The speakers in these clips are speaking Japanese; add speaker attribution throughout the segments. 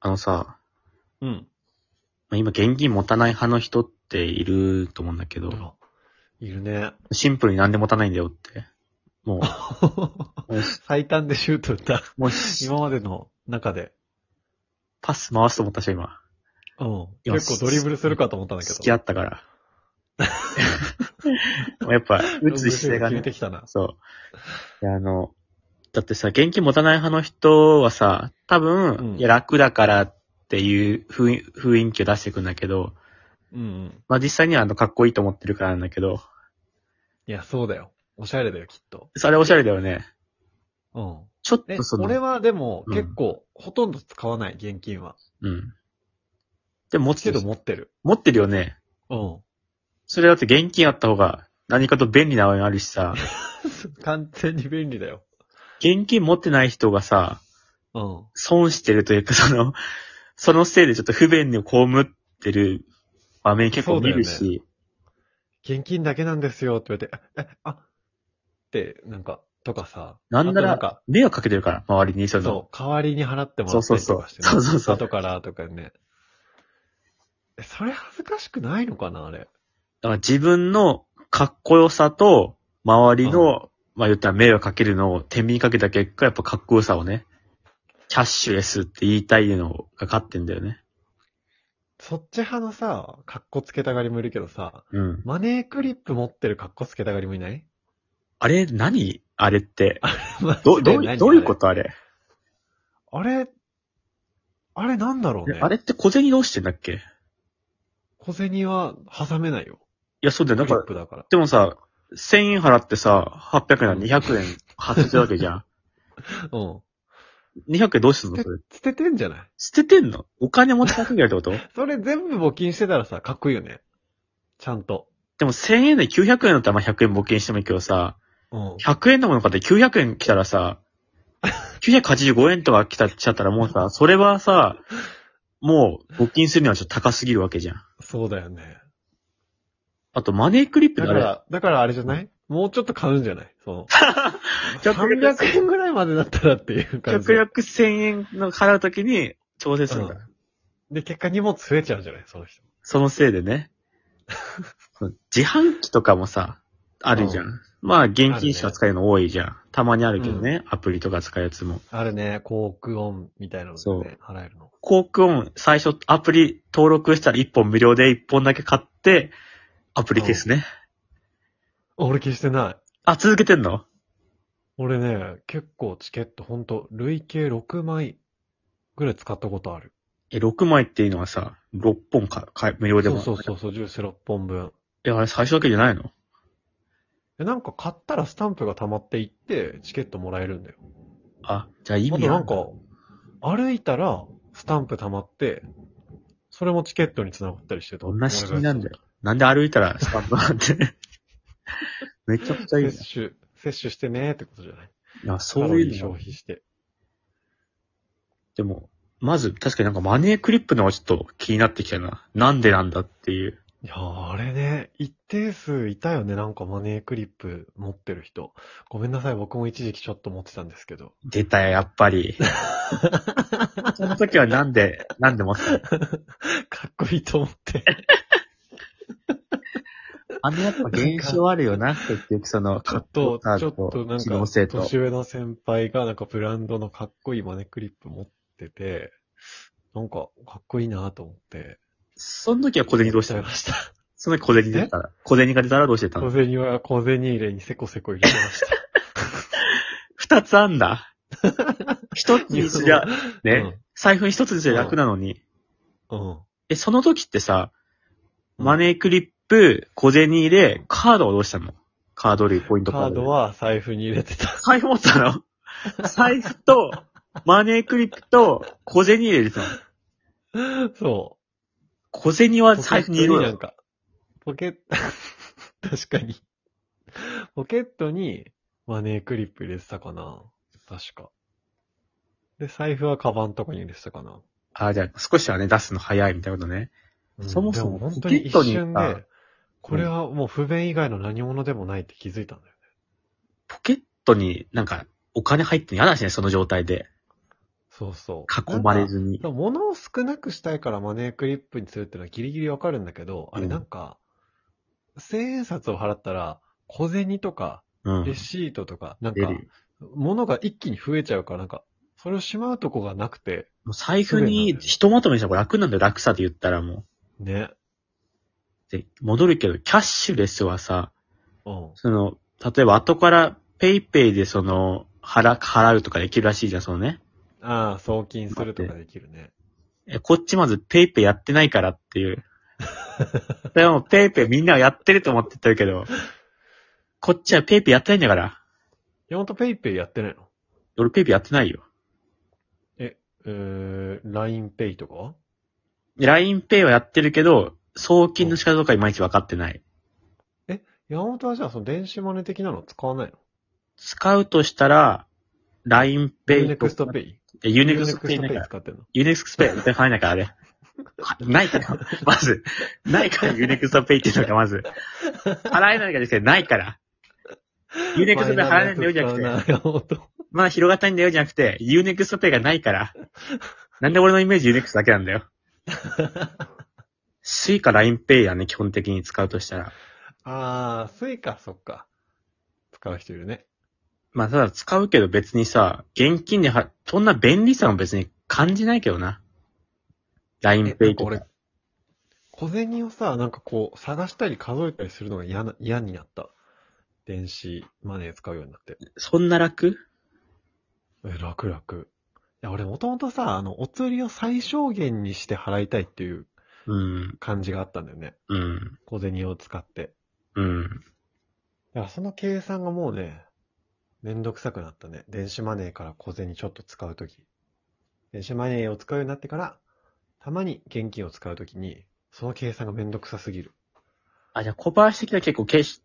Speaker 1: あのさ、
Speaker 2: うん。
Speaker 1: まあ今現金持たない派の人っていると思うんだけど、
Speaker 2: あいるね。
Speaker 1: シンプルに何で持たないんだよって。 もう、もう
Speaker 2: 最短でシュート打った。
Speaker 1: もうし
Speaker 2: 今までの中で。
Speaker 1: パス回すと思ったでしょ、今。
Speaker 2: うん。
Speaker 1: いや
Speaker 2: 結構ドリブルするかと思ったんだけ
Speaker 1: 付
Speaker 2: ど。
Speaker 1: き合った から。もうやっぱ、打つ姿勢が
Speaker 2: ロ
Speaker 1: ね
Speaker 2: ングシュート決めて、きたな。
Speaker 1: そう。いや、あの、だってさ、現金持たない派の人はさ、多分、
Speaker 2: うん
Speaker 1: いや、楽だからっていう雰囲雰囲気を出してくんだけど、
Speaker 2: うんうん。
Speaker 1: まあ、実際にはあの、かっこいいと思ってるからなんだけど、
Speaker 2: いや、そうだよ。おしゃれだよ、きっと。
Speaker 1: それおしゃれだよね。
Speaker 2: うん。
Speaker 1: ちょっ
Speaker 2: え
Speaker 1: とそ、の、
Speaker 2: 俺はでも、
Speaker 1: うん
Speaker 2: 結構、ほとんど使わない、現金は。
Speaker 1: うん。でも持って
Speaker 2: け
Speaker 1: る
Speaker 2: ど、持ってる。
Speaker 1: 持ってるよね。
Speaker 2: うん。
Speaker 1: それだって現金あった方が何かと便利なのにあるしさ、
Speaker 2: 完全に便利だよ。
Speaker 1: 現金持ってない人がさ、
Speaker 2: うん。
Speaker 1: 損してるというか、その、そのせいでちょっと不便に被ってる場面結構見る
Speaker 2: そうだ
Speaker 1: し、
Speaker 2: 現金だけなんですよ、って言われて、え、えあって、なんか、とかさ。
Speaker 1: なんな
Speaker 2: あと
Speaker 1: ら
Speaker 2: なんか、
Speaker 1: 迷惑かけてるから、周りにその、
Speaker 2: そう、代わりに払っても
Speaker 1: そう
Speaker 2: らった
Speaker 1: そう
Speaker 2: り
Speaker 1: そ
Speaker 2: と
Speaker 1: う
Speaker 2: かして、ね、
Speaker 1: そうそうそう
Speaker 2: 後からとかね。え、それ恥ずかしくないのかな、あれ。
Speaker 1: だから自分のかっこよさと、周りの、まあ言ったら迷惑かけるのを天秤にかけた結果、やっぱかっこよさをね、キャッシュレスって言いたいのが勝ってんだよね。
Speaker 2: そっち派のさ、格好つけたがりもいるけどさ、
Speaker 1: うん。
Speaker 2: マネークリップ持ってる格好つけたがりもいない
Speaker 1: あれ、何あれって。
Speaker 2: マジ
Speaker 1: ど、
Speaker 2: で
Speaker 1: どう、
Speaker 2: 何
Speaker 1: どういうことあれ
Speaker 2: あれ、あれなんだろうね。
Speaker 1: あれって小銭どうしてんだっけい
Speaker 2: 小銭は挟めないよ。
Speaker 1: や、そうだよ。
Speaker 2: ク
Speaker 1: な
Speaker 2: リ
Speaker 1: んか
Speaker 2: ッ、プだから。
Speaker 1: でもさ、1000円払ってさ、800円なら200円外してるわけじ ゃん。
Speaker 2: うん。
Speaker 1: 200円どうしてんのそれ。
Speaker 2: 捨ててんじゃない
Speaker 1: 捨ててんのお金持ちなくやるってこと
Speaker 2: それ全部募金してたらさ、かっこいいよね。ちゃんと。
Speaker 1: でも1000円で900円だったらまあ100円募金してもいいけどさ、
Speaker 2: うん。
Speaker 1: 100円のもの買って900円来たらさ、985円とか来た、来ちゃったらもうさ、それはさ、もう募金するにはちょっと高すぎるわけじゃん。
Speaker 2: そうだよね。
Speaker 1: あとマネークリップ
Speaker 2: だ
Speaker 1: の
Speaker 2: か
Speaker 1: あれ
Speaker 2: ら、だからあれじゃないもうちょっと買うんじゃないその。
Speaker 1: ちょっと
Speaker 2: 300円ぐらいまでだったらっていう感
Speaker 1: 極
Speaker 2: じで。
Speaker 1: 力1000円の払うときに調整するんだ。
Speaker 2: うんで、結果荷物増えちゃうんじゃないその人。
Speaker 1: そのせいでね。自販機とかもさ、あるじゃん。まあ、現金しか使えるの多いじゃん。たまにあるけどね、アプリとか使うやつも。
Speaker 2: あるね、航空音みたいなの
Speaker 1: そう
Speaker 2: で、ね、払えるの。
Speaker 1: 航空音、最初アプリ登録したら1本無料で1本だけ買って、アプリ消すね。
Speaker 2: 俺消してない。
Speaker 1: あ、続けてんの
Speaker 2: 俺ね、結構チケットほんと、累計6枚ぐらい使ったことある。
Speaker 1: え、6枚っていうのはさ、6本か、か無料で
Speaker 2: そう
Speaker 1: も。
Speaker 2: そうそうそう、ジュース6本分。
Speaker 1: え、あれ最初だけじゃないの
Speaker 2: で、なんか買ったらスタンプが溜まっていって、チケットもらえるんだよ。
Speaker 1: あ、じゃあ意
Speaker 2: あと
Speaker 1: 味ある
Speaker 2: なんか、歩いたら、スタンプ溜まって、それもチケットに繋がったりしてた。
Speaker 1: どんな仕組みなんだよ。なんで歩いたらスタンプなん て。めちゃくちゃいい
Speaker 2: 摂
Speaker 1: な。い
Speaker 2: 取、摂取してねーってことじゃない
Speaker 1: や、そういう
Speaker 2: カロ
Speaker 1: の
Speaker 2: リー消
Speaker 1: も。
Speaker 2: 費して。
Speaker 1: でも、まず、確かになんかマネークリップのはちょっと気になってきたな。なんでなんだっていう。
Speaker 2: いやー、あれね、一定数いたよね、なんかマネークリップ持ってる人。ごめんなさい、僕も一時期ちょっと持ってたんですけど。
Speaker 1: 出たよ、やっぱり。その時はなんで、なんでもさ、
Speaker 2: かっこいいと思って。
Speaker 1: あのやっぱ現象あるよな、結局その、
Speaker 2: ちょっ
Speaker 1: 格
Speaker 2: と、
Speaker 1: 好
Speaker 2: ちょっとなん
Speaker 1: 機能性
Speaker 2: か、
Speaker 1: と。
Speaker 2: 年上の先輩がなんかブランドのかっこいいマネークリップ持ってて、なんかかっこいいなと思って。
Speaker 1: その時は小銭どうして
Speaker 2: 買
Speaker 1: た
Speaker 2: っちゃい
Speaker 1: の
Speaker 2: ました。
Speaker 1: その時小銭出たら、小銭が出たらどうしてた
Speaker 2: 小
Speaker 1: の
Speaker 2: 銭は小銭入れにせこせこ入れてま した。
Speaker 1: 二つあん だ。一つにすりゃ、ね、
Speaker 2: うん
Speaker 1: 財布一つじゃ楽なのに。
Speaker 2: うん。
Speaker 1: え、その時ってさ、
Speaker 2: うん
Speaker 1: マネークリップ、小銭入れ、カードをどうしたのカード類、ポイント
Speaker 2: カー
Speaker 1: で
Speaker 2: ドは財布に入れてた。
Speaker 1: 財布持ってたの財布と、マネークリップと、小銭入れてたの。
Speaker 2: そ
Speaker 1: 小銭は
Speaker 2: う。
Speaker 1: 財布に入れ
Speaker 2: ポケッ
Speaker 1: る
Speaker 2: トなん
Speaker 1: よ。
Speaker 2: か、ポケット、 確かに。ポケットにマネークリップ入れてたかな。確か。で、財布はカバンとかに入れてたかな。
Speaker 1: あ、じゃあ少しはね、出すの早いみたいなことね。
Speaker 2: うん
Speaker 1: そもそも
Speaker 2: で本当に一瞬
Speaker 1: ポケットにさ
Speaker 2: で、これはもう不便以外の何物でもないって気づいたんだよね。
Speaker 1: ポケットになんか、お金入ってんの嫌だしね、その状態で。
Speaker 2: そうそう。
Speaker 1: 囲まれ
Speaker 2: なんか
Speaker 1: ずに。
Speaker 2: でも物を少なくしたいからマネークリップにするっていうのはギリギリわかるんだけど、あれ
Speaker 1: うん
Speaker 2: なんか、千円札を払ったら、小銭とか、
Speaker 1: うん。
Speaker 2: レシートとか、なん
Speaker 1: 出
Speaker 2: か
Speaker 1: る、よ
Speaker 2: 物が一気に増えちゃうから、なんか、それをしまうとこがなくて、
Speaker 1: もう財布にひとまとめにしたら楽なんだよ、楽さで言ったらも
Speaker 2: ね。
Speaker 1: う。で、戻るけど、キャッシュレスはさ、
Speaker 2: うん。
Speaker 1: その、例えば後からペイペイでその、払、払うとかできるらしいじゃん、そのね。
Speaker 2: ああ、送金するとかできるね。
Speaker 1: え、こっちまずペイペイやってないからっていう。でもペイペイみんなやってると思って言ってるけど、こっちはペイペイやってないんだから。
Speaker 2: 山本ペイペイやってないの
Speaker 1: 俺ペイペイやってないよ。
Speaker 2: えー、LINE ペイとかは
Speaker 1: LINE ペイはやってるけど、送金の仕方とかいまいち分かってない。
Speaker 2: 山本はじゃあその電子マネー的なの使わないの
Speaker 1: 使うとしたら、LINE ペ
Speaker 2: ユ
Speaker 1: イ
Speaker 2: ネ
Speaker 1: と
Speaker 2: クストペイ
Speaker 1: えユニクスペイ
Speaker 2: ユ
Speaker 1: な
Speaker 2: ネ
Speaker 1: ん
Speaker 2: クスト
Speaker 1: か、
Speaker 2: ペイ使ってんの
Speaker 1: ユニクスペイ は絶対入んないから、あれ。はないから、まず。ないからユニクストペイっていうのがまず。払えないからですけど、ないから。ユニクストペイ払えないんだよじゃなくて。
Speaker 2: マイナーなやつ使うな山本。
Speaker 1: まだ広がったいんだよじゃなくて、ユーネクストペイがないから。なんで俺のイメージユーネクストだけなんだよ。スイカ、ラインペイやね、基本的に使うとしたら。
Speaker 2: あー、スイカ、そっか。使う人いるね。
Speaker 1: まあ、ただ使うけど別にさ、現金では、そんな便利さも別に感じないけどな。ライン
Speaker 2: え
Speaker 1: ペ
Speaker 2: なん
Speaker 1: イ
Speaker 2: か
Speaker 1: と
Speaker 2: 俺
Speaker 1: か。、
Speaker 2: 小銭をさ、なんかこう、探したり数えたりするのが嫌な、嫌になった。電子マネー使うようになって。
Speaker 1: そんな楽
Speaker 2: え、楽楽。いや、俺もともとさ、あの、お釣りを最小限にして払いたいっていう
Speaker 1: うん、
Speaker 2: 感じがあったんだよね。
Speaker 1: うん、
Speaker 2: 小銭を使って。
Speaker 1: うん。
Speaker 2: いや、その計算がもうね、めんどくさくなったね。電子マネーから小銭ちょっと使うとき。電子マネーを使うようになってから、たまに現金を使うときに、その計算がめんどくさすぎる。
Speaker 1: あ、じゃあ小林的には結構ケーシ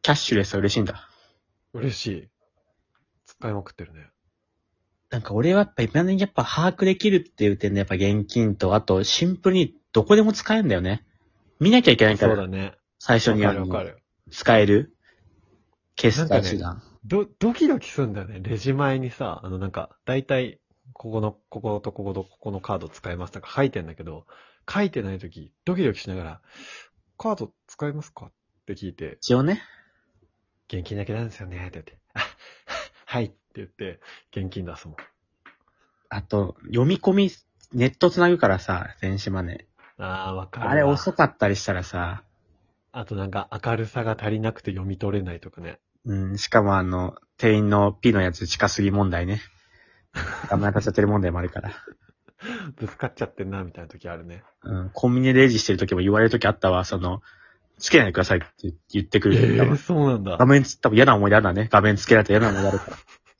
Speaker 1: キャッシュレスは嬉しいんだ。
Speaker 2: 嬉しい。使いまくってるね。
Speaker 1: なんか俺はやっぱ今にやっぱ把握できるっていう点でやっぱ現金と、あとシンプルにどこでも使えるんだよね。見なきゃいけないか
Speaker 2: そ
Speaker 1: ら、
Speaker 2: うだね。
Speaker 1: 最初
Speaker 2: わ
Speaker 1: に
Speaker 2: か
Speaker 1: あ
Speaker 2: るわ
Speaker 1: の
Speaker 2: かる。
Speaker 1: 使える決
Speaker 2: な
Speaker 1: 済
Speaker 2: んかね
Speaker 1: 手段。
Speaker 2: ど、ドキドキするんだよね。レジ前にさ、あのなんか、だいたい、ここの、こことこことここのカード使いますとか書いてんだけど、書いてないとき、ドキドキしながら、カード使いますかって聞いて、
Speaker 1: 一応ね。
Speaker 2: 現金だけなんですよね、って言って。あ はいって言って、現金出すもん。
Speaker 1: あと、読み込み、ネット繋ぐからさ、電子マネ
Speaker 2: ああ、わか
Speaker 1: ー。
Speaker 2: るわ。
Speaker 1: あれ遅かったりしたらさ、
Speaker 2: あとなんか明るさが足りなくて読み取れないとかね。
Speaker 1: うん、しかもあの、店員の P のやつ近すぎ問題 ね。あんまかちゃってる問題もあるから。
Speaker 2: ぶつかっちゃってんな、みたいな時あるね。
Speaker 1: うん、コンビニでレジしてる時も言われる時あったわ、その、つけないでくださいって言ってく
Speaker 2: ええ
Speaker 1: る時多分
Speaker 2: ー、そうなんだ
Speaker 1: 画。面つ、多分嫌な思い出あるんだね。画面つけられたら嫌な思い出あるから。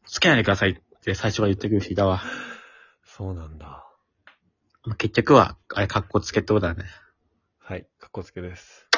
Speaker 1: つけないでくださいって最初は言ってくる人いたわ。
Speaker 2: そうなんだ。
Speaker 1: まあ結局は、あれ、格好つけってことだね。
Speaker 2: はい、かっこつけです。